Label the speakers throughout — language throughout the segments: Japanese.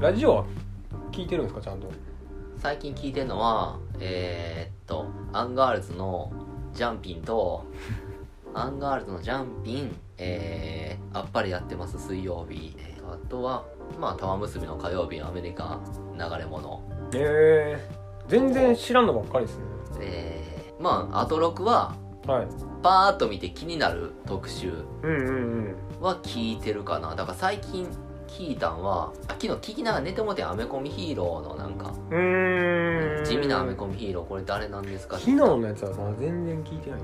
Speaker 1: ラジオは聞いてるんですかちゃんと
Speaker 2: 最近聞いてるのはえーっとアンガールズのジャンピ ンとアンガールズのジャンピンえー、あっぱれやってます水曜日えーあとはまあ玉結びの火曜日のアメリカ流れ物
Speaker 1: へえ全然知らんのばっかりですね
Speaker 2: えー、まあアトロクは
Speaker 1: はい
Speaker 2: パーッと見て気になる特集
Speaker 1: うんうんうん
Speaker 2: は聞いてるかなだから最近聞いたんはあ昨日聞きながら寝てもてんアメコミヒーローのなんか
Speaker 1: うーん
Speaker 2: 地味なアメコミヒーローこれ誰なんですか
Speaker 1: 昨日のやつはさ全然聞いてない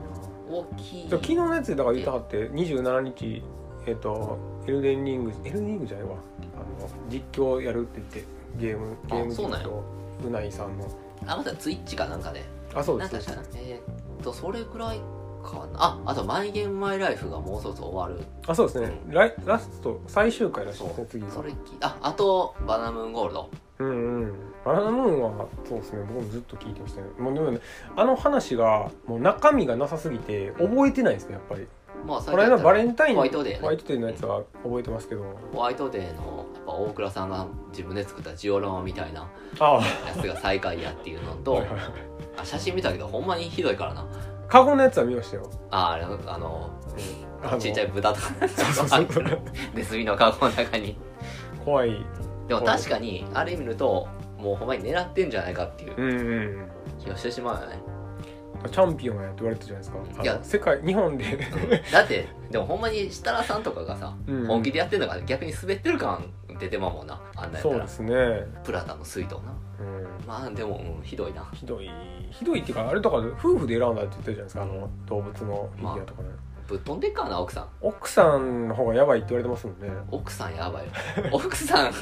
Speaker 1: な
Speaker 2: を聞い
Speaker 1: 昨日のやつだから言ってはって27日えっ、とエルデンリングエルデンリングじゃないわあの実況やるって言ってゲームゲーム
Speaker 2: あ
Speaker 1: 実
Speaker 2: そうなんや
Speaker 1: 況うないさんの
Speaker 2: あまたツイッチかなんかね
Speaker 1: あそうで
Speaker 2: なん
Speaker 1: す
Speaker 2: か確かなえーっとそれぐらいかなああと「マイ・ゲーム・マイ・ライフ」がもうそろそろ終わる
Speaker 1: あそうですねライラスト最終回らしい
Speaker 2: そ
Speaker 1: ですね次
Speaker 2: う
Speaker 1: が
Speaker 2: それきああと「バナナムーン・ゴールド
Speaker 1: うんうんバナナムーンはそうですね僕もずっと聞いてましたねもうでもねあの話がもう中身がなさすぎて覚えてないですねやっぱり」
Speaker 2: まあ
Speaker 1: この間バレ
Speaker 2: ン
Speaker 1: ンタイン
Speaker 2: ホワイトデーね
Speaker 1: ホワイトデーのやつは覚えてますけど
Speaker 2: ホワイトデーのやっぱ大倉さんが自分で作ったジオラマみたいな
Speaker 1: あ
Speaker 2: やつが最下位やっていうの
Speaker 1: あ
Speaker 2: とあ写真見たけどほんまにひどいからな
Speaker 1: カゴのやつは見ましたよ
Speaker 2: ああのあの
Speaker 1: あの
Speaker 2: ちっちゃい豚とか
Speaker 1: そうそうそう
Speaker 2: ネズミのカゴの中に
Speaker 1: 怖い
Speaker 2: でも確かにあれ見るともうほんまに狙ってんじゃないかっていう
Speaker 1: うんうん
Speaker 2: 気がしてしまうよね
Speaker 1: チャンピオンやって言われたじゃないですかあの
Speaker 2: いや
Speaker 1: 世界日本で
Speaker 2: だってでもほんまに設楽さんとかがさ
Speaker 1: うん
Speaker 2: 本気でやってんのが逆に滑ってる感出てまうもんなあんなんやっ
Speaker 1: そ
Speaker 2: た
Speaker 1: う
Speaker 2: ら
Speaker 1: ですね、
Speaker 2: プラダの水筒な
Speaker 1: うん、
Speaker 2: まあでも、うん、ひどいな
Speaker 1: ひどいひどいっていうかあれとか夫婦で選んだって言ってるじゃないですかあの動物のフィギュアとかね、
Speaker 2: ぶっ飛んでっからな奥さん
Speaker 1: 奥さんの方がやばいって言われてますもんね
Speaker 2: 奥さんやばいよ 奥さん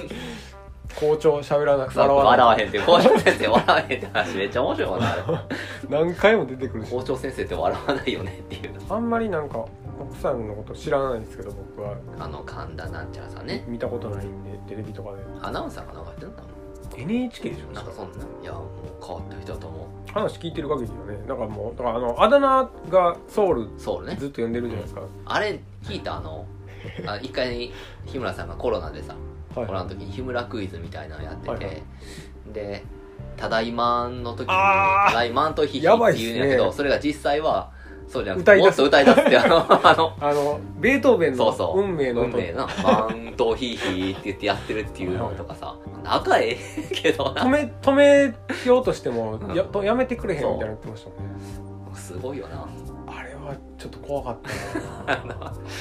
Speaker 1: 校長喋らなく
Speaker 2: さ笑わ
Speaker 1: い
Speaker 2: へんって校長先生笑わへんって話めっちゃ面白いもんなあれ
Speaker 1: 何回も出てくるし
Speaker 2: 校長先生って笑わないよねっていう
Speaker 1: あんまりなんか奥さんのこと知らないんですけど僕は
Speaker 2: あの神田なんちゃらさんね
Speaker 1: 見たことないんでテレビとか
Speaker 2: アナウンサーかなんかやってんだもん
Speaker 1: で NHK でしょ
Speaker 2: なんかそんないやもう変わった人だと思
Speaker 1: 話聞いてる限りよねだからもうだからあのあだ名がソウル
Speaker 2: うソウルね
Speaker 1: ずっと呼んでるじゃないですか、
Speaker 2: あれ聞いたあのあ一回に日村さんがコロナでさ
Speaker 1: はい
Speaker 2: コロナの時に日村クイズみたいなのやってて、
Speaker 1: はいはい
Speaker 2: で「ただいまん」の時に「
Speaker 1: あー
Speaker 2: ただいまんとひひ」
Speaker 1: やばい
Speaker 2: っ
Speaker 1: っす
Speaker 2: て
Speaker 1: ね
Speaker 2: 言うんやけどそれが実際はそうじゃなく
Speaker 1: 歌
Speaker 2: て
Speaker 1: い
Speaker 2: も
Speaker 1: 出
Speaker 2: っ
Speaker 1: す
Speaker 2: と歌い出すって あのあの
Speaker 1: あのベートーベン
Speaker 2: そ
Speaker 1: の
Speaker 2: うそう
Speaker 1: 運命の
Speaker 2: 運
Speaker 1: 音
Speaker 2: 命な「まんとひひ」って言ってやってるっていうのとかさ仲ええけど
Speaker 1: 止
Speaker 2: な
Speaker 1: め止めようとしても
Speaker 2: うん
Speaker 1: やとやめてくれへんみたいになってましたもんね
Speaker 2: すごいよ な
Speaker 1: あれはちょっと怖かったなあ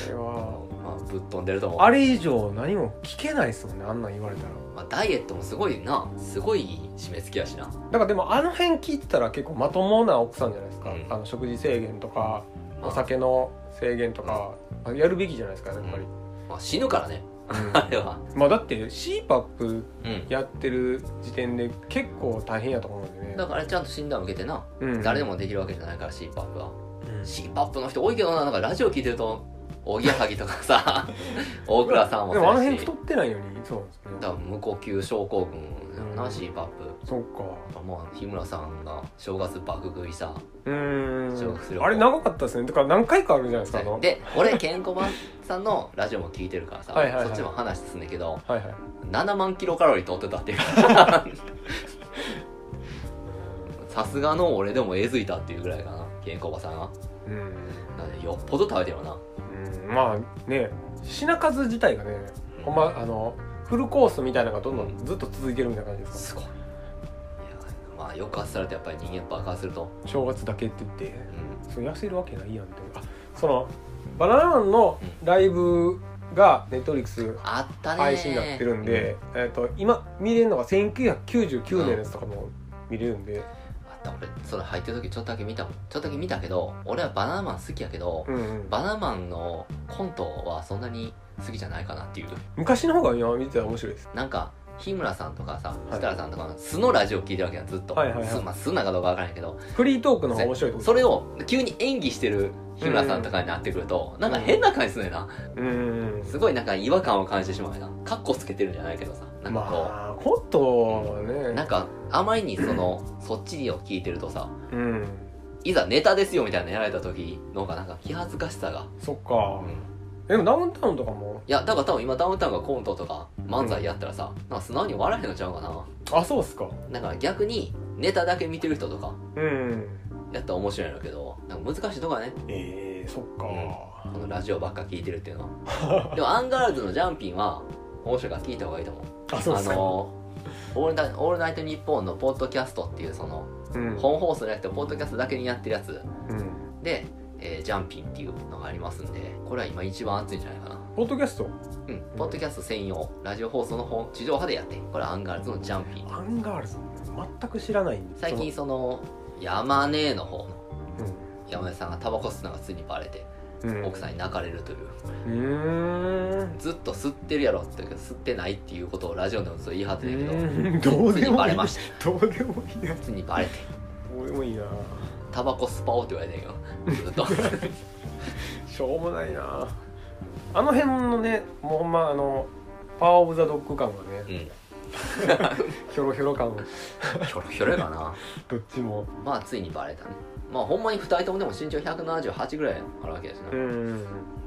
Speaker 1: れは
Speaker 2: まあぶっ飛んでると思う
Speaker 1: あれ以上何も聞けないですもんねあんなん言われたら
Speaker 2: まあ、ダイエットもすごいなすごい締め付けやしな
Speaker 1: だからでもあの辺聞いてたら結構まともな奥さんじゃないですか、
Speaker 2: うん
Speaker 1: あの食事制限とか
Speaker 2: まあ
Speaker 1: お酒の制限とか、やるべきじゃないですかやっぱり、
Speaker 2: まあ、死ぬからね
Speaker 1: うん
Speaker 2: あれは
Speaker 1: まあだって CPAP
Speaker 2: うん
Speaker 1: やってる時点で結構大変やと思うんでね
Speaker 2: だからあれちゃんと診断受けてな、
Speaker 1: うん
Speaker 2: 誰でもできるわけじゃないから CPAP は
Speaker 1: うん
Speaker 2: CPAP の人多いけどななんかラジオ聞いてるとおぎやはぎとか さ大倉さんも
Speaker 1: でもあの
Speaker 2: そうや
Speaker 1: 辺
Speaker 2: し
Speaker 1: 太ってないようにそうなんですね
Speaker 2: だから無呼吸症候群やろな、
Speaker 1: うん
Speaker 2: CPAP
Speaker 1: そっか
Speaker 2: もう日村さんが正月爆食いさ
Speaker 1: う
Speaker 2: そうす
Speaker 1: ー
Speaker 2: る
Speaker 1: んあれ長かったですねだから何回かあるじゃないですかあの
Speaker 2: で俺ケンコバさんのラジオも聞いてるからさ
Speaker 1: はいはいはい
Speaker 2: そっちも話すんだけど
Speaker 1: はいはい
Speaker 2: 7万キロカロリー取ってたっていう さすがの俺でもえずいたっていうぐらいかなケンコバさんが
Speaker 1: うん、
Speaker 2: だからよっぽど食べてるよな
Speaker 1: うん、まあね品数自体がねほんまあのフルコースみたいなのがどんどんずっと続いてるみたいな感じですか
Speaker 2: すごいいやまあ抑圧されてやっぱり人間爆発すると、
Speaker 1: 正月だけって言って
Speaker 2: うん、
Speaker 1: それ痩せるわけないやんってあそのバナナマンのライブがネットリックス
Speaker 2: あったねー
Speaker 1: 配信になってるんで、えっと今見れるのが1999年のやつとかも見れるんで、
Speaker 2: あった俺それ入ってる時ちょっとだけ見たもんちょっとだけ見たけど俺はバナナマン好きやけど、
Speaker 1: うんうん
Speaker 2: バナナマンのコントはそんなに好きじゃないかなっていう
Speaker 1: 昔の方が今見てたら面白いです
Speaker 2: なんか日村さんとかさ
Speaker 1: い
Speaker 2: 設楽さんとかの素のラジオ聞いてるわけやんずっと、
Speaker 1: はいはいはい
Speaker 2: 素まあ、素なのかどうかわからんけど
Speaker 1: フリートークの方が面白いと思
Speaker 2: それを急に演技してる日村さんとかになってくると、なんか変な感じするよな、
Speaker 1: ううんうん
Speaker 2: すごいなんか違和感を感じてしまうよなカッコつけてるんじゃないけどさ
Speaker 1: う
Speaker 2: なんんかこう、
Speaker 1: まあコントはね
Speaker 2: なんかあまりにそのそっちを聞いてるとさ
Speaker 1: うん
Speaker 2: いざネタですよみたいなのやられた時の方がなんか気恥ずかしさが、
Speaker 1: そっか、
Speaker 2: うん
Speaker 1: でもダウンタウンとかも
Speaker 2: いやだから多分今ダウンタウンがコントとか漫才やったらさ、なんか素直に笑えへんのちゃうかな
Speaker 1: あそうっすか
Speaker 2: だから逆にネタだけ見てる人とか
Speaker 1: うん
Speaker 2: やったら面白いんだけどなんか難しいとこやね
Speaker 1: えー、そっか、
Speaker 2: このラジオばっか聞いてるっていうの はでもアンガールズのジャンピンは面白いから聞いた方がいいと思う
Speaker 1: あそうっ
Speaker 2: あ
Speaker 1: すか、
Speaker 2: のオールナイ「オールナイトニッポン」のポッドキャストっていうその
Speaker 1: うん
Speaker 2: 本放送じゃなくてポッドキャストだけにやってるやつ
Speaker 1: うん
Speaker 2: で、えージャンピンっていうのがありますんでこれは今一番熱いんじゃないかな
Speaker 1: ポッドキャスト
Speaker 2: うんポッドキャスト専用ラジオ放送の本地上波でやってこれはアンガールズのジャンピン
Speaker 1: アンガールズ全く知らないんで
Speaker 2: 最近その山根の方の
Speaker 1: その
Speaker 2: 山根さんがタバコ吸うのがついにバレて
Speaker 1: うん、うん、
Speaker 2: 奥さんに泣かれるという
Speaker 1: うーん
Speaker 2: ずっと吸ってるやろって言うけど吸ってないっていうことをラジオでもずっと言い張ってたけど
Speaker 1: うん どう
Speaker 2: つい
Speaker 1: で
Speaker 2: に
Speaker 1: も
Speaker 2: バ
Speaker 1: い
Speaker 2: レ
Speaker 1: い
Speaker 2: ました
Speaker 1: どうでもいいな
Speaker 2: ついにバレて
Speaker 1: どうでもいいな
Speaker 2: タバコスパオって言われてんよ ずっと
Speaker 1: しょうもないなあの辺のねもうほんまあのパワーオブザドッグ感がね
Speaker 2: うん
Speaker 1: ひょろひょろ感
Speaker 2: ひょろひょろやかな
Speaker 1: どっちも
Speaker 2: まあついにバレたねまあほんまに2人ともでも身長178ぐらいあるわけですね、
Speaker 1: うん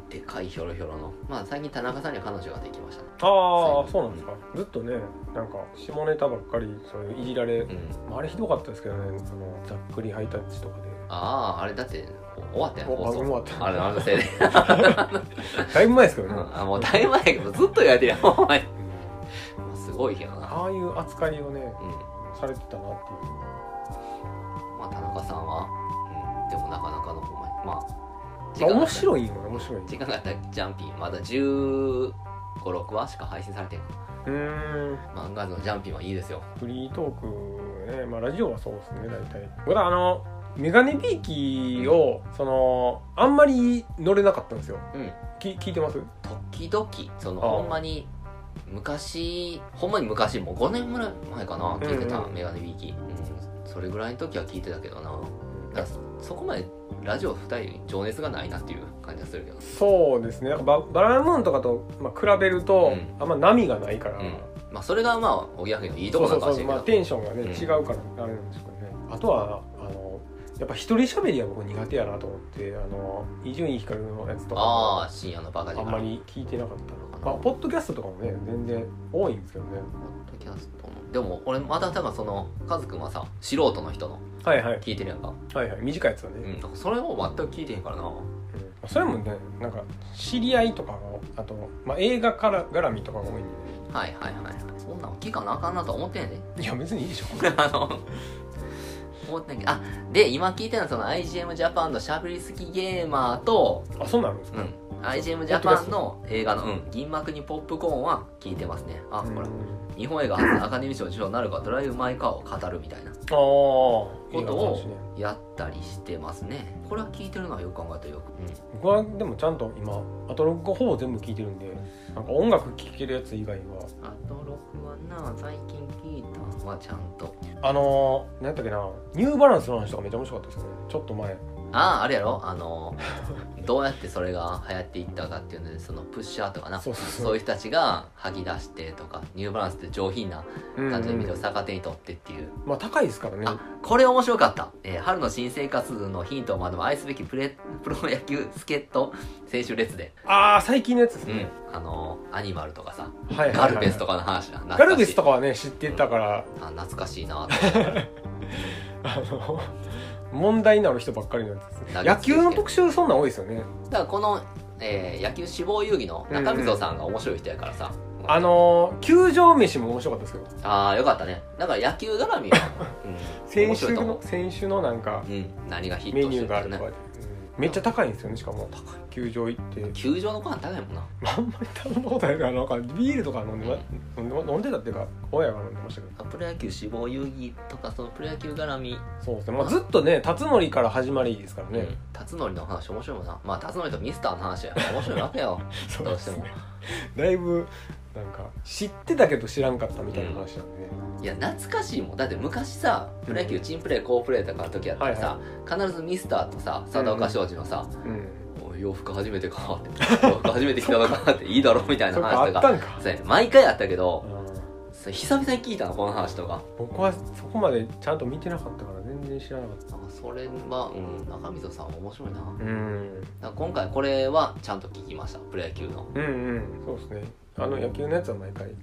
Speaker 2: でかいひょろひょろのまあ最近田中さんには彼女ができましたね
Speaker 1: ああそうなんですかずっとねなんか下ネタばっかりそういういじられ、
Speaker 2: うん
Speaker 1: まあ、あれひどかったですけどねそのざっくりハイタッチとか で
Speaker 2: あああれだって終わったやん
Speaker 1: お
Speaker 2: 放
Speaker 1: 番組
Speaker 2: 送
Speaker 1: 終わった
Speaker 2: あれあのせいで
Speaker 1: だいぶ前ですけど
Speaker 2: う
Speaker 1: ね、
Speaker 2: んあもうだいぶ前やけどずっと言われてるやんほんまにすごいけどな
Speaker 1: ああいう扱いをね
Speaker 2: うん
Speaker 1: されてたなっていう
Speaker 2: まあ田中さんは、うん、でもなかなかのほんまにま
Speaker 1: ま
Speaker 2: あ
Speaker 1: あ面
Speaker 2: い
Speaker 1: 白いよね面白いね
Speaker 2: 時間があったらジャンピンまだ1 5 6話しか配信されてんか
Speaker 1: うーん
Speaker 2: 漫画のジャンピンはいいですよ
Speaker 1: フリートークねまあラジオはそうですね大体僕はあのメガネビーキーをそのあんまり乗れなかったんですよ
Speaker 2: うん
Speaker 1: き聞いてます
Speaker 2: 時々その
Speaker 1: ああ
Speaker 2: ほんまに昔ほんまに昔もう5年ぐらい前かな聞いて
Speaker 1: う
Speaker 2: た、
Speaker 1: んうん
Speaker 2: メガネビーキ、うん、それぐらいの時は聞いてたけどなだからそこまでラジオ2人に情熱がないなっていう感じがするけど
Speaker 1: そうですねなんかババラムーンとかと、まあ、比べると、
Speaker 2: うん
Speaker 1: あんま波がないから、
Speaker 2: うんまあそれがまあおぎやはぎのいいと
Speaker 1: そ
Speaker 2: こ
Speaker 1: う
Speaker 2: な
Speaker 1: そ
Speaker 2: の
Speaker 1: うそう、
Speaker 2: かもしれんけ
Speaker 1: まあ、
Speaker 2: ど
Speaker 1: テンションがね、
Speaker 2: うん
Speaker 1: 違うからあれなんですけどねあとはあのやっぱ一人喋りは僕苦手やなと思ってあの伊集院光のやつとかも
Speaker 2: ああ深夜のバカ
Speaker 1: あ
Speaker 2: 力
Speaker 1: んまり聞いてなかったな、ま
Speaker 2: あ
Speaker 1: あ、ポッドキャストとかもね全然多いんですけどね
Speaker 2: ポッドキャストのでも俺また多分そのカズくんはさ素人の人の
Speaker 1: はいはい
Speaker 2: 聞いてるやんか、
Speaker 1: はいはい短いやつはね、
Speaker 2: う
Speaker 1: うん
Speaker 2: ん、それを全く聞いてへんからな
Speaker 1: それもねなんか知り合いとかのあと、まあ、映画から絡みとかが多いんでね
Speaker 2: はいはいはいはいそんなん聞かなあかんなとは思ってんねんで
Speaker 1: いや別にいいでしょ
Speaker 2: あの、思ってんけど、あ、で、今聞いてるのはその IGM ジャパンのしゃべりすぎゲーマーと、
Speaker 1: あそうなるんです
Speaker 2: う
Speaker 1: か、
Speaker 2: ん、IGM ジャパンの映画の、うん、銀幕にポップコーンは聞いてますね。あ、ほら、日本映画初 のアカデミー賞受賞なるか、ドライブ・マイ・カーを語るみたいな
Speaker 1: ああ
Speaker 2: こ
Speaker 1: いい
Speaker 2: と
Speaker 1: 話
Speaker 2: を
Speaker 1: ね
Speaker 2: やったりしてますね。これは聞いてるのはよく考えたらよく。うん
Speaker 1: 僕はでもちゃんと今アトロックほぼ全部聴いてるんでなんか音楽聴けるやつ以外は
Speaker 2: あと6はな、最近聞いたのはちゃんと。
Speaker 1: あのー、何やったっけなニューバランスの話とかめっちゃ面白かったですねちょっと前
Speaker 2: ああ、あれやろあの、 どうやってそれが流行っていったかっていうので、そのプッシャーとかな、
Speaker 1: そうそう
Speaker 2: そう
Speaker 1: そう
Speaker 2: いう人たちが吐き出してとかニューバランスって上品な
Speaker 1: うん
Speaker 2: 感じの意味
Speaker 1: う
Speaker 2: を
Speaker 1: ん
Speaker 2: 逆手にとってっていう、
Speaker 1: まあ高いですからね
Speaker 2: あこれ面白かった、えー春の新生活のヒントを学ぶ愛すべきプレ プロ野球助っ人選手列で、
Speaker 1: ああ最近のやつです
Speaker 2: う
Speaker 1: ね
Speaker 2: ん、あのーアニマルとかさ
Speaker 1: はいはいは
Speaker 2: ガ
Speaker 1: い
Speaker 2: ルベスとかの話だ
Speaker 1: ガルベスと
Speaker 2: か
Speaker 1: かはね知ってたから、
Speaker 2: あ懐かしいなと
Speaker 1: あの問題になる人ばっかりのやつですね
Speaker 2: 投 げ
Speaker 1: 野
Speaker 2: つけて
Speaker 1: 球の特集そんなん多いですよね
Speaker 2: だからこの、えー野球志望遊戯の中溝さんが面白い人やからさ、
Speaker 1: あのー、球場飯も面白かったですよ
Speaker 2: ああよかったねだから野球絡みは、うん、面
Speaker 1: 先
Speaker 2: 白
Speaker 1: 週
Speaker 2: いと思
Speaker 1: の選手のなんか
Speaker 2: う、うん、何がヒット
Speaker 1: メ
Speaker 2: して
Speaker 1: ニュ
Speaker 2: る
Speaker 1: ーが
Speaker 2: か
Speaker 1: あると
Speaker 2: ね
Speaker 1: かで、うんめっちゃ高いんですよねしかも
Speaker 2: 高い
Speaker 1: 球場行って
Speaker 2: 球場のご飯高いもんな
Speaker 1: あんまり頼んだことないからなんかビールとか飲んで,、飲んで飲んでたっていうか親が飲んでましたけど
Speaker 2: プロ野球志望遊戯とかそのプロ野球絡み、
Speaker 1: そうですね、まあ、ずっとね辰徳から始まりですからね、
Speaker 2: うん辰徳の話面白いもんなまあ辰徳とミスターの話やから面白いわ けよ
Speaker 1: そ
Speaker 2: どうしても
Speaker 1: だいぶなんか知ってたけど知らんかったみたいな話なんでね、
Speaker 2: いや懐かしいもんだって昔さプロ野球チンプレー好プレーとかの時やったらさ、必ずミスターとさ貞岡庄司のさ
Speaker 1: うん
Speaker 2: 「おい洋服初めてか」って「洋服初めて着たのか」って「いいだろ」みたい
Speaker 1: そ
Speaker 2: な
Speaker 1: っかあ
Speaker 2: 話
Speaker 1: っ
Speaker 2: とか
Speaker 1: たんか
Speaker 2: そうやね毎回あったけ
Speaker 1: あ
Speaker 2: ど
Speaker 1: ー
Speaker 2: それ久々に聞いたのこの話とか
Speaker 1: 僕はそこまでちゃんと見てなかったから全全然知らなかっ
Speaker 2: あそれはうん中溝さん面白いな
Speaker 1: たうん
Speaker 2: だから今回これはちゃんと聞きましたプロ野球の
Speaker 1: うんうんそうですねあの野球のやつは毎回
Speaker 2: うん、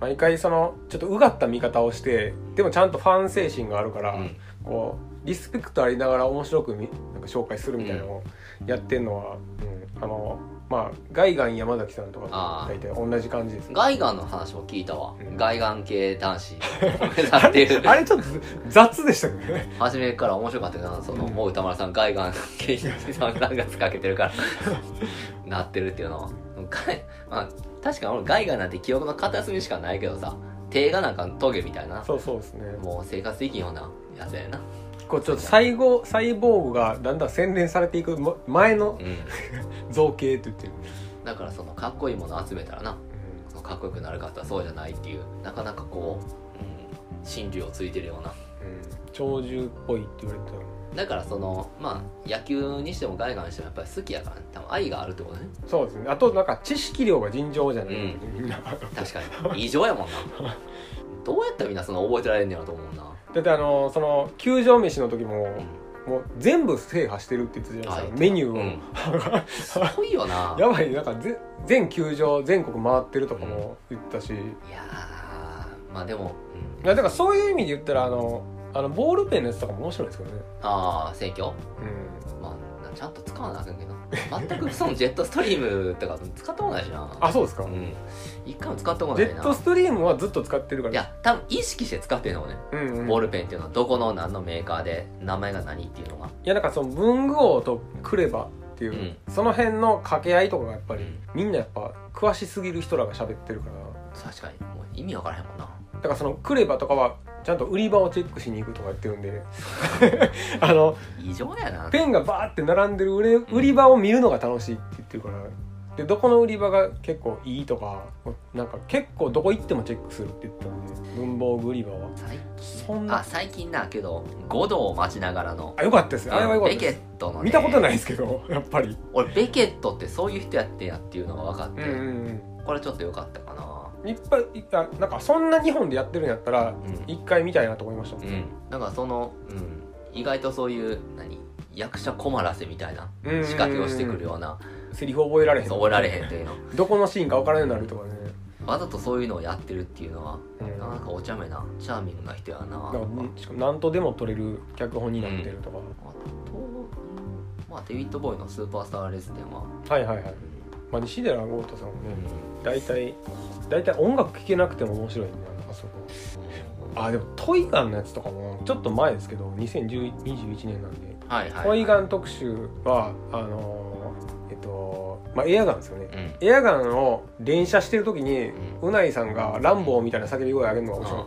Speaker 1: 毎回そのちょっとうがった見方をしてでもちゃんとファン精神があるから、
Speaker 2: うん、
Speaker 1: こうリスペクトありながら面白くみなんか紹介するみたいなのをやってんのは、うんあのまあガイガン山崎さんとか
Speaker 2: あ
Speaker 1: と大体同じ感じですね
Speaker 2: ガイガンの話も聞いたわ、
Speaker 1: うん
Speaker 2: ガイガン系男 子だっていう
Speaker 1: あれちょっと雑でしたけど ね
Speaker 2: 初めから面白かったけどなその、
Speaker 1: うん
Speaker 2: もう歌丸さんガイガン系さん何月かけてるからなってるっていうのはガイ、まあ、確かに俺ガイガンなんて記憶の片隅しかないけどさ手がなんかトゲみたいな
Speaker 1: そうそうですね
Speaker 2: もう生活できんようなやつやな
Speaker 1: こうちょっと細胞サイボーグがだんだん洗練されていくも前の
Speaker 2: うん
Speaker 1: 造形って言ってる、
Speaker 2: だからそのかっこいいもの集めたらなそのかっこよくなるかって言ったらそうじゃないっていうなかなかこう、うん、真理をついてるような
Speaker 1: うん鳥獣っぽいって言われたら
Speaker 2: だからそのまあ野球にしてもガイガンにしてもやっぱり好きやから、ね、多分愛があるってことね
Speaker 1: そうですねあとなんか知識量が尋常じゃない、
Speaker 2: うん
Speaker 1: みんな
Speaker 2: 確 かに異常やもんなどうやったらみんなそんな覚えてられんねやろと思うな、
Speaker 1: だってあのその球場飯の時も
Speaker 2: う
Speaker 1: もう全部制覇してるって言ってたじゃないですかメニューを、
Speaker 2: んうん、すごいよな
Speaker 1: やば いなんかぜ全球場全国回ってるとかも言ったし、い
Speaker 2: いやーまあでも、うん、
Speaker 1: やだからそういう意味で言ったらあのあのボールペンのやつとかも面白いですけどね
Speaker 2: ああ選挙まあなちゃんと使わなあかんけど全くそのジェットストリームとか使ったことないしな
Speaker 1: あそうですか、
Speaker 2: うん一回も使ったこと
Speaker 1: ジ
Speaker 2: な
Speaker 1: ェ
Speaker 2: い
Speaker 1: ッ
Speaker 2: な
Speaker 1: トストリームはずっと使ってるから
Speaker 2: いや多分意識して使ってるのね、
Speaker 1: うんうん、
Speaker 2: ボールペンっていうのはどこの何のメーカーで名前が何っていうのが
Speaker 1: いやなんかその文具王とクレバっていう、
Speaker 2: うん
Speaker 1: その辺の掛け合いとかがやっぱり、
Speaker 2: うん
Speaker 1: みんなやっぱ詳しすぎる人らが喋ってるから
Speaker 2: 確かにもう意味わからへんもんな
Speaker 1: だからそのクレバとかはちゃんと売り場をチェックしに行くとかやってるん であの
Speaker 2: 異常やな
Speaker 1: ペンがバーって並んでる売れ売り場を見るのが楽しいって言ってるからでどこの売り場が結構いいとかなんか結構どこ行ってもチェックするって言ってたんで文房具売り場は
Speaker 2: 最
Speaker 1: そん
Speaker 2: あ
Speaker 1: な
Speaker 2: 最近なけど5度を待ちながらの
Speaker 1: あよかったですねあれはよかった
Speaker 2: ベケ
Speaker 1: です
Speaker 2: ットの、ね、
Speaker 1: 見たことない
Speaker 2: い
Speaker 1: ですけど やっぱり
Speaker 2: 俺ベケットってそういう人やってんやっていうのが分かって、
Speaker 1: うん
Speaker 2: これちょっと良かったかな
Speaker 1: うんいっぱいいあなんかそんな日本でやってるんやったら
Speaker 2: うん、
Speaker 1: 一回見たいなと思いました
Speaker 2: うん、なんかその、うん、意外とそういう何役者困らせみたいな
Speaker 1: うんうんうん
Speaker 2: 仕掛けをしてくるような
Speaker 1: セリフ覚えられへん
Speaker 2: 覚えられへんというの
Speaker 1: どこのシーンか分からんようになるとかね
Speaker 2: わざとそういうのをやってるっていうのは
Speaker 1: うん
Speaker 2: なんかお茶目なチャーミングな人やな
Speaker 1: なんかうんしかも何とでも撮れる脚本になってるとか
Speaker 2: あと、まあ、デビッド・ボーイの「スーパースター・レズデンは」
Speaker 1: はいはいはいまあ西寺豪太さんもね大体大体音楽聴けなくても面白いんだよなあそこあでもトイガンのやつとかもちょっと前ですけど2021年なんで、
Speaker 2: はいはい、
Speaker 1: トイガン特集はあのーえっとまあエアガンですよね
Speaker 2: うん、うん
Speaker 1: エアガンを連射してる時にうないさんが「ランボー」みたいな叫び声上げるのが面白い、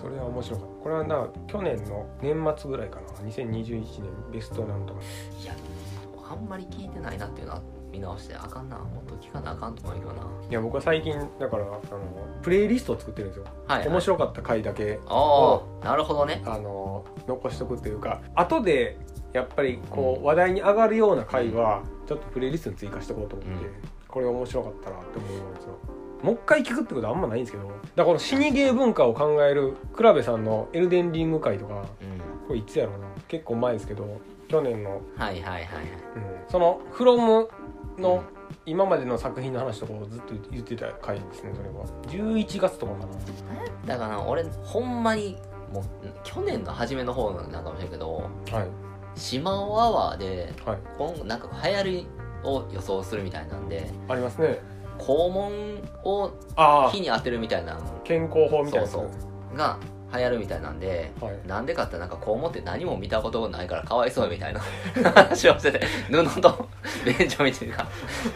Speaker 1: それは面白かったこれはな去年の年末ぐらいかな2021年ベストなんとか
Speaker 2: いやあんまり聞いてないなっていうのは見直してあかんなもっと聞かなあかんと思うけどな、はい
Speaker 1: や僕は最近だからあのプレイリストを作ってるんですよ、
Speaker 2: はい、
Speaker 1: 面白かった回だけ
Speaker 2: ああなるほどね
Speaker 1: あの残しとくっていうか後でやっぱりこう話題に上がるような回はちょっとプレイリストに追加しておこうと思って、
Speaker 2: うん
Speaker 1: これ面白かったなって思うんですよもう一回聞くってことはあんまないんですけどだからこの死にゲー文化を考えるクラベさんの「エルデンリング」回とか
Speaker 2: うん
Speaker 1: これいつやろうな結構前ですけど去年の、
Speaker 2: はいはいはいはい
Speaker 1: うんその「フロムの今までの作品の話とかをずっと言ってた回ですねそれは11月とかかな
Speaker 2: 何やったかな俺ほんまにもう去年の初めの方なんかもしれんけど
Speaker 1: はい
Speaker 2: 島尾アワーで
Speaker 1: はい
Speaker 2: 今後なんか流行りを予想するみたいなんで
Speaker 1: ありますね
Speaker 2: 肛門を
Speaker 1: ああ
Speaker 2: 火に当てるみたいなの
Speaker 1: 健康法みたいなやつ
Speaker 2: そうそうが流行るみたいなんで
Speaker 1: はい
Speaker 2: なんでかってなんかこう思って何も見たことないからかわいそうみ たいな話をしてて布と便所みたいな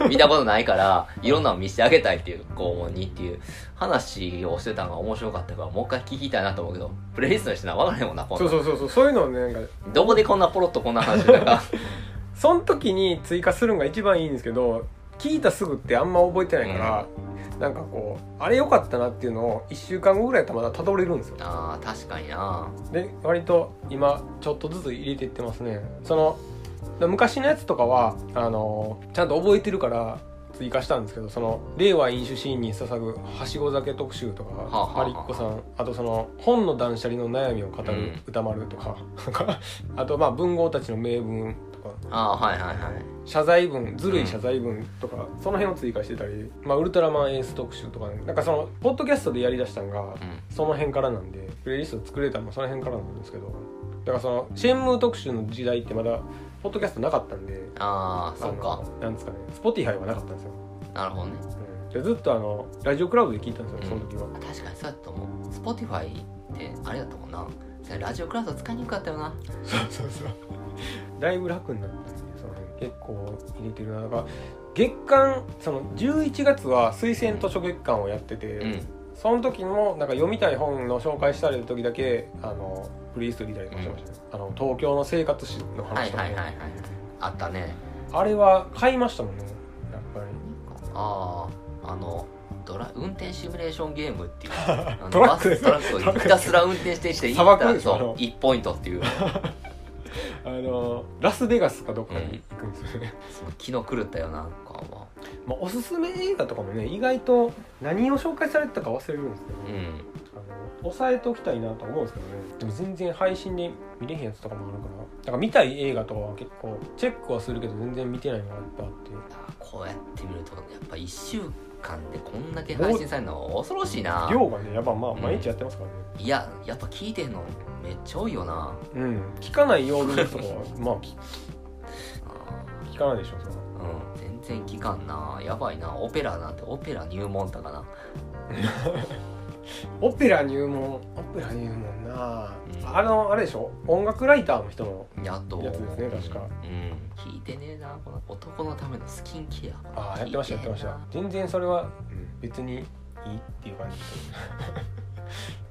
Speaker 2: 見たことないからいろんなの見せてあげたいっていう肛門にっていう話をしてたのが面白かったからもう一回聞きたいなと思うけどプレイリストにしてな分からへんもんなこん
Speaker 1: そう
Speaker 2: な
Speaker 1: そうそうそうそういうのをねなんか
Speaker 2: どこでこんなポロッとこんな話と か
Speaker 1: その時に追加するのが一番いいんですけど聞いたすぐってあんま覚えてないから、なんかこうあれ良かったなっていうのを1週間後ぐらいだったらまた辿れるんですよ
Speaker 2: あー確かにな
Speaker 1: で割と今ちょっとずつ入れていってますねその昔のやつとかはあのちゃんと覚えてるから追加したんですけどその令和飲酒シーンに捧ぐはしご酒特集とか
Speaker 2: あはあ
Speaker 1: マリッコさんあとその本の断捨離の悩みを語
Speaker 2: う
Speaker 1: る
Speaker 2: ん
Speaker 1: 歌丸とか、なんか あとまあ文豪たちの名文とか
Speaker 2: ああはいはいはい
Speaker 1: 謝罪文ずるい謝罪文とか、その辺を追加してたり、まあ、ウルトラマンエース特集とか、ね、なんかそのポッドキャストでやりだしたんが
Speaker 2: うん
Speaker 1: その辺からなんでプレイリスト作れたのもその辺からなんですけどだからそのシェンムー特集の時代ってまだポッドキャストなかったんで
Speaker 2: ああそ
Speaker 1: あ
Speaker 2: うか
Speaker 1: のなんですかね Spotify はなかったんですよ、
Speaker 2: なるほどね
Speaker 1: うんでずっとあのラジオクラウドで聞いたんですよその時は、
Speaker 2: あ確かにそうやと思う Spotify ってあれだったもんなそれラジオクラウド使いにくかったよな
Speaker 1: そうそうそうだいぶ楽になったんですねその辺結構入れてるなだから月間その11月は推薦図書月間をやってて、
Speaker 2: うん
Speaker 1: その時もなんか読みたい本の紹介したりの時だけあのフリースリーダーとかしてましたね、あの東京の生活史の
Speaker 2: はい
Speaker 1: 話とか
Speaker 2: は
Speaker 1: ね、
Speaker 2: いはいはいあったね
Speaker 1: あれは買いましたもんねやっぱり
Speaker 2: あああのドラ運転シミュレーションゲーム っていうあの
Speaker 1: トラック
Speaker 2: バストラックをひたすら運転してしていっ
Speaker 1: 砂
Speaker 2: た
Speaker 1: 漠でしょあ
Speaker 2: そ
Speaker 1: の
Speaker 2: う1ポイント っていう
Speaker 1: あのラスベガスかどっかに行くんですよね、
Speaker 2: その気の狂ったよななんかは
Speaker 1: まあ、おすすめ映画とかもね意外と何を紹介されてたか忘れるんですけど、
Speaker 2: うん
Speaker 1: あの抑えておきたいなとは思うんですけどねでも全然配信で見れへんやつとかもあるからだから見たい映画とかは結構チェックはするけど全然見てないのがいっぱいあって
Speaker 2: あこうやって見るとやっぱ1週間でこんだけ配信されるのは恐ろしいな
Speaker 1: 量がねやっぱまあ毎日やってますからね
Speaker 2: いややっぱ聞いてんのめっちゃ多いよな
Speaker 1: うん、聞かない曜日のやつとかはま あ聞
Speaker 2: あ
Speaker 1: 聞かないでしょそれは
Speaker 2: ーうん全然聞かんなやばいなオペラなんてオペラ入門だかな
Speaker 1: オペラ入門オペラ入門なあ、
Speaker 2: うん
Speaker 1: あのあれでしょ音楽ライターの人の
Speaker 2: やっと
Speaker 1: やつですね確か
Speaker 2: うん聞いてねえなこの男のためのスキンケア
Speaker 1: ああやってましたやってました全然それはうん別にいいっていう感じです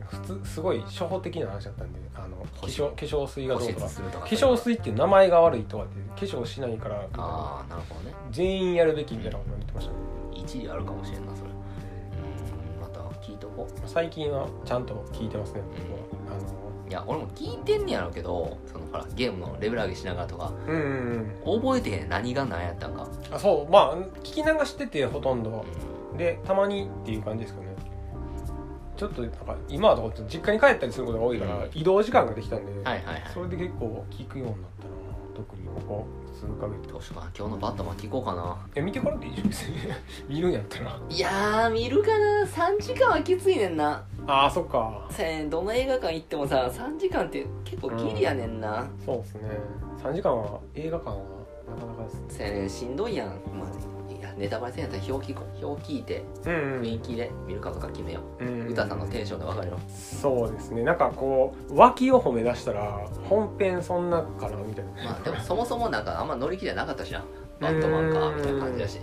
Speaker 1: 普通すごい初歩的な話だったんであの化粧化粧水が
Speaker 2: 保
Speaker 1: どうと
Speaker 2: 湿
Speaker 1: か
Speaker 2: するとか
Speaker 1: 化粧水っていう名前が悪いとかって化粧しないから
Speaker 2: ああなるほどね
Speaker 1: 全員やるべきみたいなこと言ってましたね
Speaker 2: 一理あるかもしれんなそれうんまた聞いとこう
Speaker 1: 最近はちゃんと聞いてますね僕はあの
Speaker 2: いや俺も聞いてんねやろうけどそのほらゲームのレベル上げしながらとか
Speaker 1: うんうんうん
Speaker 2: 覚えてへんねん何が何やったんか、
Speaker 1: あそうまあ聞き流しててほとんど
Speaker 2: う
Speaker 1: でたまにっていう感じですかねちょっとなんか今はとか実家に帰ったりすることが多いから、
Speaker 2: うん
Speaker 1: 移動時間ができたんで、
Speaker 2: ん、はいはいはい
Speaker 1: それで結構聞くようになったな特にここ数ヶ月
Speaker 2: どうしようかな今日のバットマン聞こうかな
Speaker 1: え見てからでいいでしょ別に 見るんやったら
Speaker 2: いやー見るかな3時間はきついねんな
Speaker 1: ああそっか
Speaker 2: せんどの映画館行ってもさ3時間って結構ギリやねんな、
Speaker 1: そうですね3時間は映画館はなかなかです
Speaker 2: せんしんどいやん、まあ、いやネタバレせんやったら表聞こう表聞いて
Speaker 1: うん
Speaker 2: 雰囲気で見るかどうか決めよ
Speaker 1: う
Speaker 2: う、
Speaker 1: ん
Speaker 2: 歌さんのテンションで分かるよ
Speaker 1: そうですねなんかこう脇を褒め出したら本編そんなかなみたいな
Speaker 2: まあでもそもそもなんかあんま乗り気じゃなかったしなバットマンかみたいな感じだし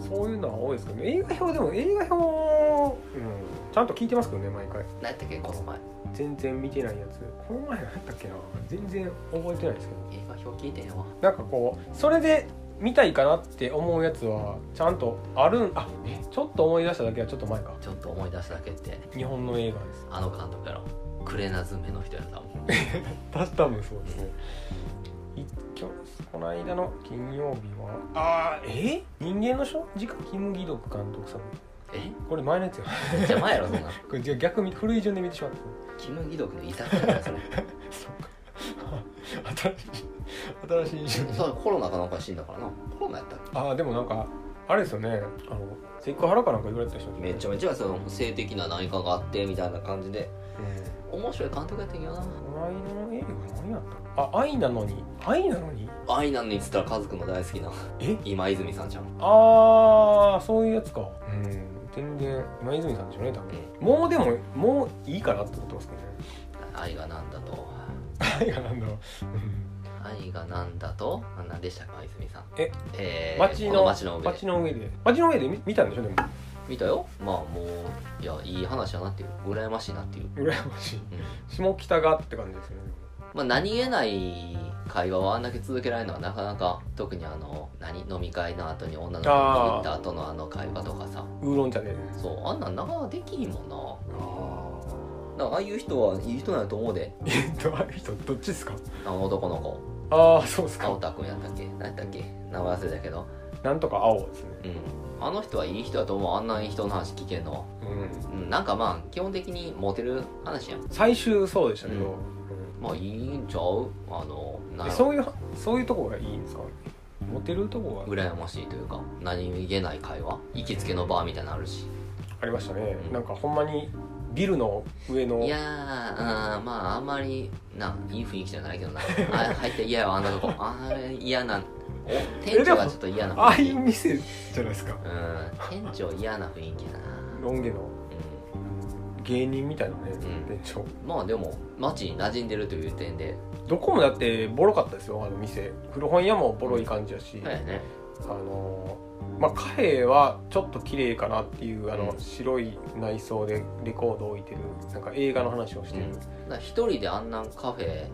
Speaker 1: そういうのは多いですけど、ね、映画表でも映画表、うん、ちゃんと聞いてますけどね毎回
Speaker 2: 何やったっけこの前
Speaker 1: 全然見てないやつこの前何やったっけな全然覚えてないですけど
Speaker 2: 映画表聞いてへんわ
Speaker 1: なんかこうそれで見たいかなって思うやつはちゃんとあるんあえちょっと思い出しただけはちょっと前か
Speaker 2: ちょっと思い出しただけって
Speaker 1: 日本の映画です
Speaker 2: あの監督やろクレナズメの人やったもん
Speaker 1: た多分そうですね一挙この間の金曜日はああえ人間の書時間キム・ギドク監督さん
Speaker 2: え
Speaker 1: これ前のやつよ
Speaker 2: じゃあ前やろそんな
Speaker 1: これ逆に古い順で見てしまった
Speaker 2: キム・ギドクの遺作じゃないそれ
Speaker 1: そっか新しい新しい
Speaker 2: そうコロナかなんか死んだからなコロナやったっ
Speaker 1: ああでもなんかあれですよねあのセクハラかなんか言われてた人
Speaker 2: けめちゃめちゃその性的な何かがあってみたいな感じで
Speaker 1: うん
Speaker 2: 面白い監督やったんやな
Speaker 1: この間の映画何やったあ愛なのに愛なのに
Speaker 2: 愛なのにっつったらカズくんの大好きな
Speaker 1: え
Speaker 2: 今泉さんじゃん
Speaker 1: ああそういうやつかうん全然今泉さんでしょうね多分もうでももういいかなってことですけどね
Speaker 2: 愛がなんだと
Speaker 1: 愛がなんだろう
Speaker 2: 愛がなんだとあ何でしたか今泉さん
Speaker 1: え
Speaker 2: えー、
Speaker 1: 街
Speaker 2: この
Speaker 1: の
Speaker 2: 街の上で
Speaker 1: 街の上で街の上で見見たんでしょでも
Speaker 2: 見たよまあもういやいい話やなっていう羨ましいなっていう、
Speaker 1: 羨ましい
Speaker 2: うん、
Speaker 1: 下北がって感じですよね
Speaker 2: まあ、何気ない会話をあんだけ続けられるのはなかなか特にあの何飲み会の後に女の子と行った後のあの会話とかさ
Speaker 1: ウーロン茶で
Speaker 2: そうあんなんなかなかできひんもんな
Speaker 1: あ
Speaker 2: だからああいう人はいい人なんやと思うで
Speaker 1: えっとある人どっちですか
Speaker 2: あの男の子
Speaker 1: ああそうですか
Speaker 2: 青田君やったっけ何やったっけ名前忘れたけど
Speaker 1: なんとか青ですね
Speaker 2: うんあの人はいい人だと思うあんないい人の話聞けんのは
Speaker 1: うん
Speaker 2: うんなんかまあ基本的にモテる話やん
Speaker 1: 最終そうでしたけど、
Speaker 2: うんまあいいんちゃうあの
Speaker 1: うん
Speaker 2: な
Speaker 1: え
Speaker 2: んやろ
Speaker 1: そういうそういうとこがいいんですかモテるとこが
Speaker 2: 羨ましいというか何気ない会話行きつけのバーみたいなのあるし
Speaker 1: ありましたね、
Speaker 2: うん
Speaker 1: なんかほんまにビルの上の
Speaker 2: いやーあーまああんまりないい雰囲気じゃないけどなあ入って嫌よあんなとこあー嫌なお店長がちょっと嫌な
Speaker 1: ああ
Speaker 2: 雰囲
Speaker 1: い
Speaker 2: 気
Speaker 1: う店じゃないですか
Speaker 2: うん店長嫌な雰囲気だな
Speaker 1: ロン毛の
Speaker 2: う
Speaker 1: 芸人みたいなね、
Speaker 2: ん
Speaker 1: 店長
Speaker 2: んまあでも街に馴染んでるという点で
Speaker 1: どこもだってボロかったですよあの店古本屋もボロい感じやし、
Speaker 2: そうやね
Speaker 1: あのーまあカフェはちょっと綺麗かなっていうあの
Speaker 2: うん
Speaker 1: 白い内装でレコードを置いてるなんか映画の話をしてる、
Speaker 2: うんだから一人であんなカフェ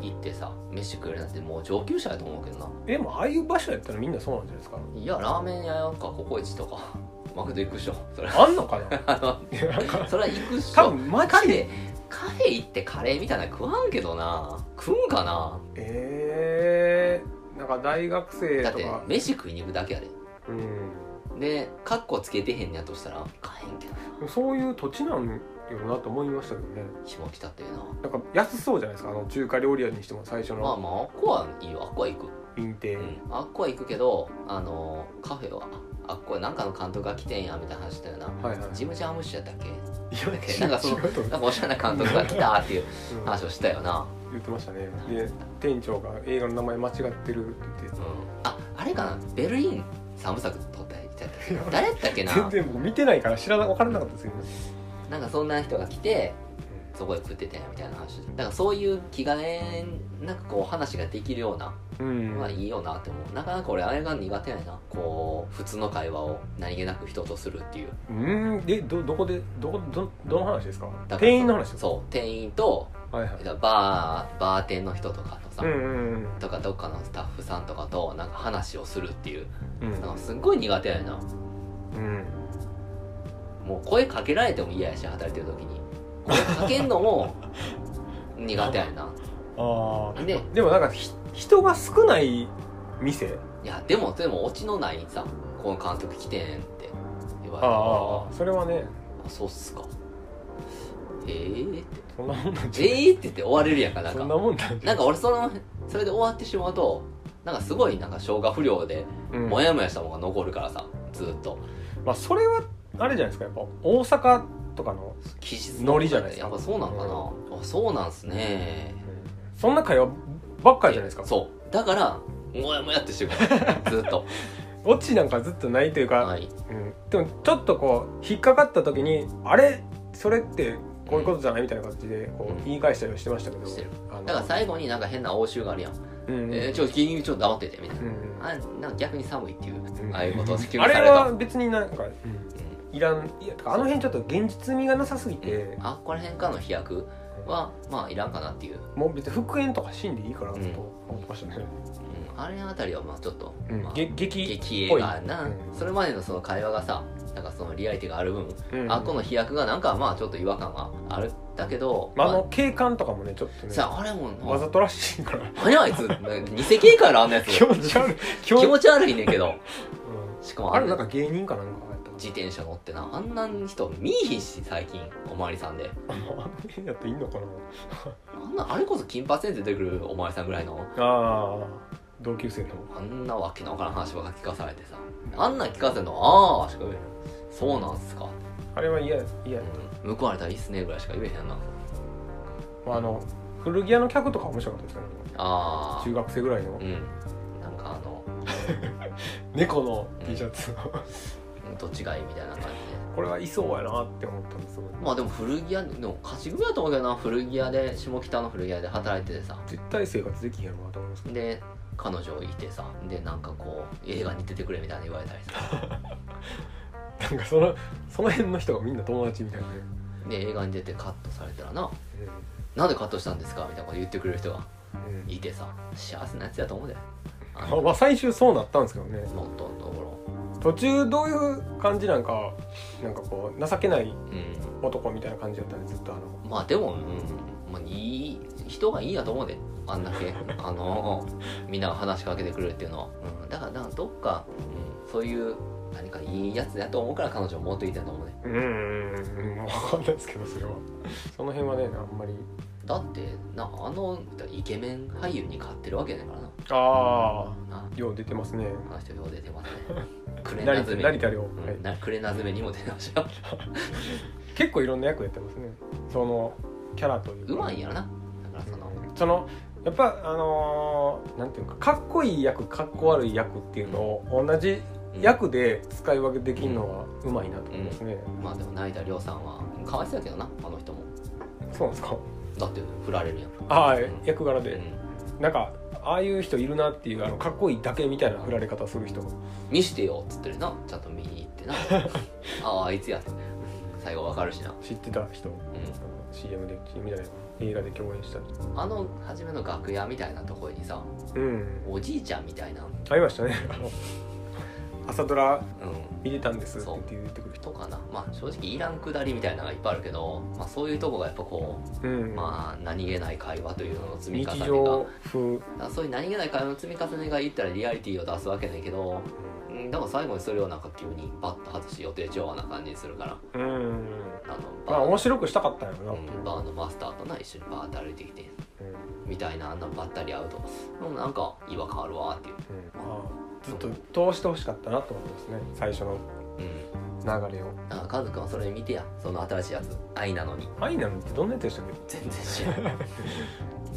Speaker 2: 行ってさ飯食えるなんてもう上級者やと思うけどな
Speaker 1: うんでもああいう場所やったらみんなそうなんじゃないですか
Speaker 2: いやラーメン屋なんかココイチとか マクド行くっしょそれ
Speaker 1: あんの かななんか
Speaker 2: それは行くっし
Speaker 1: 多
Speaker 2: ょ
Speaker 1: 分マ
Speaker 2: カ
Speaker 1: ジ
Speaker 2: フ
Speaker 1: で
Speaker 2: ェカフェ行ってカレーみたいなの食わんけどな食うんかな
Speaker 1: えー、なんか大学生
Speaker 2: だっ
Speaker 1: と
Speaker 2: て
Speaker 1: か
Speaker 2: 飯食いに行くだけやで
Speaker 1: うん
Speaker 2: でカッコつけてへんやとしたら買えんけどな
Speaker 1: そういう土地なんよなと思いましたけどね
Speaker 2: 下北っていうのは
Speaker 1: なんか安そうじゃないですかあの中華料理屋にしても最初
Speaker 2: ま
Speaker 1: の
Speaker 2: あまああっこはいいよあっこは行く
Speaker 1: 認定、
Speaker 2: うん、あっこは行くけどあのーカフェはあっこなんかの監督が来てんやみたいな話だよな
Speaker 1: はいはい
Speaker 2: ジム・ジャームッシュやったっけ
Speaker 1: いや
Speaker 2: なんかその
Speaker 1: 違うと思う
Speaker 2: なんかおしゃれな監督が来たっていう
Speaker 1: うん
Speaker 2: 話をしたよな、
Speaker 1: 言ってましたね
Speaker 2: うん
Speaker 1: で店長が映画の名前間違ってるって言っ
Speaker 2: ああれかなベルリン三部作撮ったやつやったっけ誰やったっけな
Speaker 1: て全然僕見てないから知らな分からなかったですよ、
Speaker 2: なんかそんな人が来てそこで食ってたんやみたいな話だからそういう気兼ねなんかこう話ができるような
Speaker 1: うん、
Speaker 2: まあいいよなって思うなかなか俺あれが苦手やなこう普通の会話を何気なく人とするっていう
Speaker 1: うんでどどこでどこどどの話ですか
Speaker 2: だから
Speaker 1: 店員の話ですか
Speaker 2: そう店員と
Speaker 1: はいはい
Speaker 2: だからバーバー店の人とかとさ、
Speaker 1: うんうん
Speaker 2: とかどっかのスタッフさんとかとなんか話をするっていう
Speaker 1: うん
Speaker 2: なんかすっごい苦手やな
Speaker 1: うん
Speaker 2: もう声かけられても嫌やし働いてる時に声かけん のも苦手やな
Speaker 1: ああ
Speaker 2: で
Speaker 1: でもなんかひ人が少ない店
Speaker 2: いやでもでもオチのないさこの監督来てんって言われて
Speaker 1: ああそれはね
Speaker 2: あそうっすかえー、って
Speaker 1: そんなもんなん
Speaker 2: え
Speaker 1: じゃない
Speaker 2: ー、って言って終われるやんかなん
Speaker 1: そ
Speaker 2: か
Speaker 1: んなもんなんじ
Speaker 2: なんか俺そのそれで終わってしまうとなんかすごいなんか消化不良で
Speaker 1: ゃん、うん
Speaker 2: モヤモヤしたものが残るからさずっと
Speaker 1: まあそれはあれじゃないですかやっぱ大阪とかの、
Speaker 2: 気質
Speaker 1: ノリじゃないですか
Speaker 2: やっぱそうなんかな、あそうなんすね
Speaker 1: そんな会話ばっかりじゃないですか
Speaker 2: そうだからモヤモヤってしてく るずっと
Speaker 1: オチなんかずっとないというか、
Speaker 2: はい
Speaker 1: うん、でもちょっとこう引っかかった時にあれそれってこういうことじゃないみたいな感じでこ
Speaker 2: うん
Speaker 1: う言い返したりはしてましたけど、
Speaker 2: してる
Speaker 1: あの
Speaker 2: だから最後になんか変な応酬があるやん、
Speaker 1: うん
Speaker 2: えー、ちょ君ちょっと黙っててみたいな、
Speaker 1: うん
Speaker 2: あなんか逆に寒いっていう、
Speaker 1: うん
Speaker 2: ああいうことを急に
Speaker 1: あ
Speaker 2: さ
Speaker 1: れ
Speaker 2: れた
Speaker 1: は別になんか、
Speaker 2: う
Speaker 1: いらんいやあの辺ちょっと現実味がなさすぎて、
Speaker 2: んあっこら辺からの飛躍はまあいらんかなっていう、
Speaker 1: もう別に復縁とか死んでいいかなと思ってましたね、
Speaker 2: うん、あれあたりはまあちょっと、
Speaker 1: うん
Speaker 2: まあ
Speaker 1: げ劇
Speaker 2: 激
Speaker 1: っ
Speaker 2: 映
Speaker 1: ぽい
Speaker 2: 画やな、
Speaker 1: うん
Speaker 2: それまでのその会話がさなんかそのリアリティがある分、
Speaker 1: うん
Speaker 2: あっこの飛躍がなんかまあちょっと違和感があるだけど、
Speaker 1: まあ、あの景観とかもねちょっとね
Speaker 2: さああれも
Speaker 1: わざとらしいから
Speaker 2: 何やあいつ偽警官やろあんなやつ
Speaker 1: 気持ち悪い気
Speaker 2: 気
Speaker 1: 持ち、
Speaker 2: 持ち悪いねんけ ど
Speaker 1: うん
Speaker 2: しかも
Speaker 1: あ
Speaker 2: あ
Speaker 1: れ
Speaker 2: れ
Speaker 1: なんか芸人かなんかやったか
Speaker 2: 自転車乗ってなあんな人見いひんし最近おまわりさんで
Speaker 1: なあのあの辺やっていいのかな
Speaker 2: あんなあれこそ金髪で出てくるおまわりさんぐらいの
Speaker 1: ああ同級生の
Speaker 2: あんなわけのわからん話ばっか聞かされてさあんなん聞かせんのああしか言えへんそうなんすか、
Speaker 1: あれは嫌や嫌や、
Speaker 2: うん、報われたらいいっすねぐらいしか言えへんな
Speaker 1: まあ、あの古着屋の客とか面白かったですよね
Speaker 2: ああ
Speaker 1: 中学生ぐらいの
Speaker 2: うんなんかあの
Speaker 1: 猫の T シャツの
Speaker 2: どっちがいいみたいな感じで
Speaker 1: これはいそうやなって思ったんですよ
Speaker 2: まあでも古着屋ででも勝ち組やと思うけどな古着屋で下北の古着屋で働いててさ
Speaker 1: 絶対生活できへんやろなと思いますけ
Speaker 2: で彼女いてさでなんかこう映画に出てくれみたいな言われたりさ
Speaker 1: どなんかそのその辺の人がみんな友達みたいなね、
Speaker 2: で映画に出てカットされたらななんでカットしたんですかみたいなこと言ってくれる人が
Speaker 1: うんうん
Speaker 2: いてさ幸せなやつやと思うであ
Speaker 1: まあ
Speaker 2: の
Speaker 1: まあ最終そうなったんですけどね
Speaker 2: もっとのとこ
Speaker 1: 途中どういう感じなんかなんかこう情けない
Speaker 2: ろう
Speaker 1: 男みたいな感じだったんでずっとあの
Speaker 2: んまあでもうん、まあ、いい人がいいやと思うであんだけあのみんなが話しかけてくれるっていうのは、うん、だからなんかどっか、うん、そういう何かいいやつやと思うから彼女を持っていたと思うね
Speaker 1: うんうんうん分かんないですけどそれはその辺はねあんまり
Speaker 2: だってなあのイケメン俳優に勝ってるわけやねんからな
Speaker 1: あ
Speaker 2: あ
Speaker 1: あよう出てますね
Speaker 2: あの人よう出てますねクレナズ
Speaker 1: 成
Speaker 2: メ
Speaker 1: 田成田凌、
Speaker 2: うん
Speaker 1: はい、
Speaker 2: なクレナズメにも出てましたよ
Speaker 1: 結構いろんな役やってますねそのキャラというか
Speaker 2: うまいんやろなだからその、
Speaker 1: そのやっぱあのーなんていうかかっこいい役かっこ悪い役っていうのを同じ
Speaker 2: うん
Speaker 1: 役で使い分けできるのはうまいなと思いますね、
Speaker 2: まあでも成田凌さんはかわいそうやけどなあの人も
Speaker 1: そうなんですか
Speaker 2: だって振られるやん
Speaker 1: ああ
Speaker 2: うん
Speaker 1: 役柄で、
Speaker 2: うん
Speaker 1: なんかああいう人いるなっていうあのかっこいいだけみたいな振られ方する人
Speaker 2: 見してよっつってるなちゃんと見に行って なあああいつやって最後わかるしな、
Speaker 1: 知ってた人
Speaker 2: う
Speaker 1: CM で CM じゃない映画で共演した人
Speaker 2: ん、あの初めの楽屋みたいなところにさ
Speaker 1: うん
Speaker 2: おじいちゃんみたいな、う
Speaker 1: ありましたねあの朝ドラ
Speaker 2: ん、
Speaker 1: 見てたんですって
Speaker 2: そう
Speaker 1: 言ってくる人
Speaker 2: とかなまあ正直いらんくだりみたいなのがいっぱいあるけど、まあ、そういうとこがやっぱこ
Speaker 1: うん
Speaker 2: う、まあ何気ない会話というのの積
Speaker 1: 日
Speaker 2: み重ねが
Speaker 1: 常風
Speaker 2: だからそういう何気ない会話の積み重ねが言ったらリアリティを出すわけだけどうんでも最後にそれをなんか急にバッと外して予定調和な感じにするから
Speaker 1: うん
Speaker 2: あの
Speaker 1: まあ
Speaker 2: バー,、
Speaker 1: 面白くしたかったんやろなっていう
Speaker 2: うん、バーのマスターとな一緒にバーって歩いてきて
Speaker 1: うん
Speaker 2: みたいなあんなばったり会うともうなんか違和感あるわっていう、
Speaker 1: まあずっと通してほしかったなと思いますね最初の
Speaker 2: うん、
Speaker 1: 流れを
Speaker 2: だからカズくんはそれ見てやその新しいやつ愛なのに
Speaker 1: アイナのってどんなやつでしたっ
Speaker 2: 全然知ら ん全
Speaker 1: い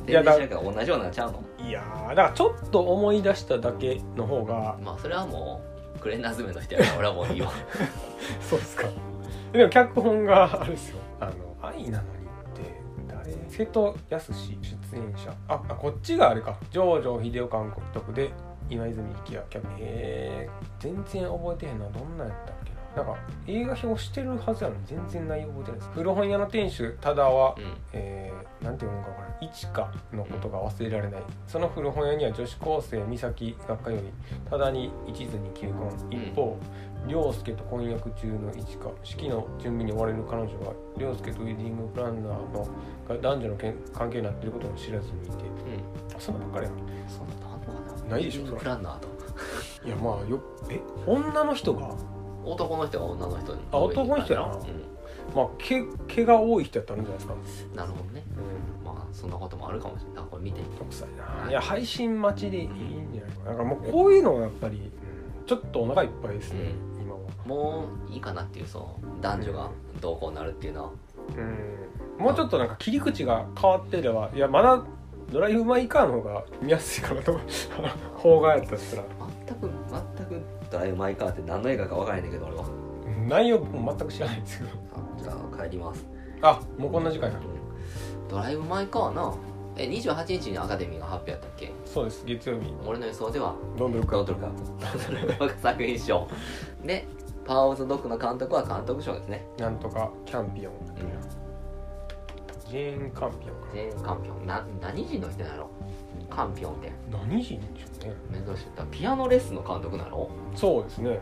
Speaker 2: 然
Speaker 1: や
Speaker 2: 知
Speaker 1: だ
Speaker 2: らんから同じようなのちゃうの
Speaker 1: けいやーだからちょっと思い出しただけの方が
Speaker 2: まあそれはもうクレナズメの人やから俺はもういいわ
Speaker 1: そうですかでも脚本があれですよあの「愛なのに」って誰瀬戸康史出演者ああこっちがあれか城城秀夫監督で今泉幸也脚本えー、全然覚えてへんなどんなんやったっけななんか映画表してるはずやのに全然内容覚えてないです古本屋の店主忠は
Speaker 2: うん
Speaker 1: えー、なんていうのかな一花のことが忘れられないその古本屋には女子高生美咲が通いただに一途に求婚一方涼介と婚約中の一花式の準備に追われる彼女は涼介とウェディングプランナーのが男女のけん関係になっていることを知らずにいて
Speaker 2: うん
Speaker 1: あそんなんばっかりや
Speaker 2: そんなのあんのかな
Speaker 1: ないでしょ
Speaker 2: ウェディングプランナーと
Speaker 1: ないやまあよえ女の人が
Speaker 2: 男の人が女の人に
Speaker 1: あ男の人やな
Speaker 2: う
Speaker 1: まあ毛毛が多い人やったらあるんじゃないです
Speaker 2: ん、なるほどね
Speaker 1: か、
Speaker 2: まあそんなこともあるかもしれないこれ見て
Speaker 1: うん、臭いないや配信待ちでいいんじゃないかなだからもうこういうのはやっぱり、うんちょっとお腹いっぱいですね、今は。
Speaker 2: もういいかなっていうその男女が同行になるっていうのは
Speaker 1: うんもうちょっとなんか切り口が変わってればいやまだドライブ・マイ・カーの方が見やすいかなと思う 方がやったら
Speaker 2: 全く全くドライブ・マイ・カーって何の映画か分からへんねんけど俺は
Speaker 1: 内容僕も全く知らないんですけど
Speaker 2: あじゃあ帰ります
Speaker 1: あもうこんな時間や
Speaker 2: うんドライブ・マイ・カーなえ28日にアカデミーが発表やったっけ
Speaker 1: そうです月曜日
Speaker 2: 俺の予想では
Speaker 1: どんどん
Speaker 2: ドントルカープ作品賞でパワー・オブ・ザ・ドッグの監督は監督賞ですね
Speaker 1: なんとかキャンピオンジェーン・カンピオンか
Speaker 2: 全カンピオンな何人の人なのカンピオンって
Speaker 1: 何人でしょうね
Speaker 2: 珍しいだからピアノレッスンの監督なの
Speaker 1: そうですね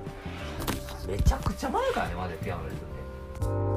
Speaker 2: めちゃくちゃ前からねまでピアノレッスンって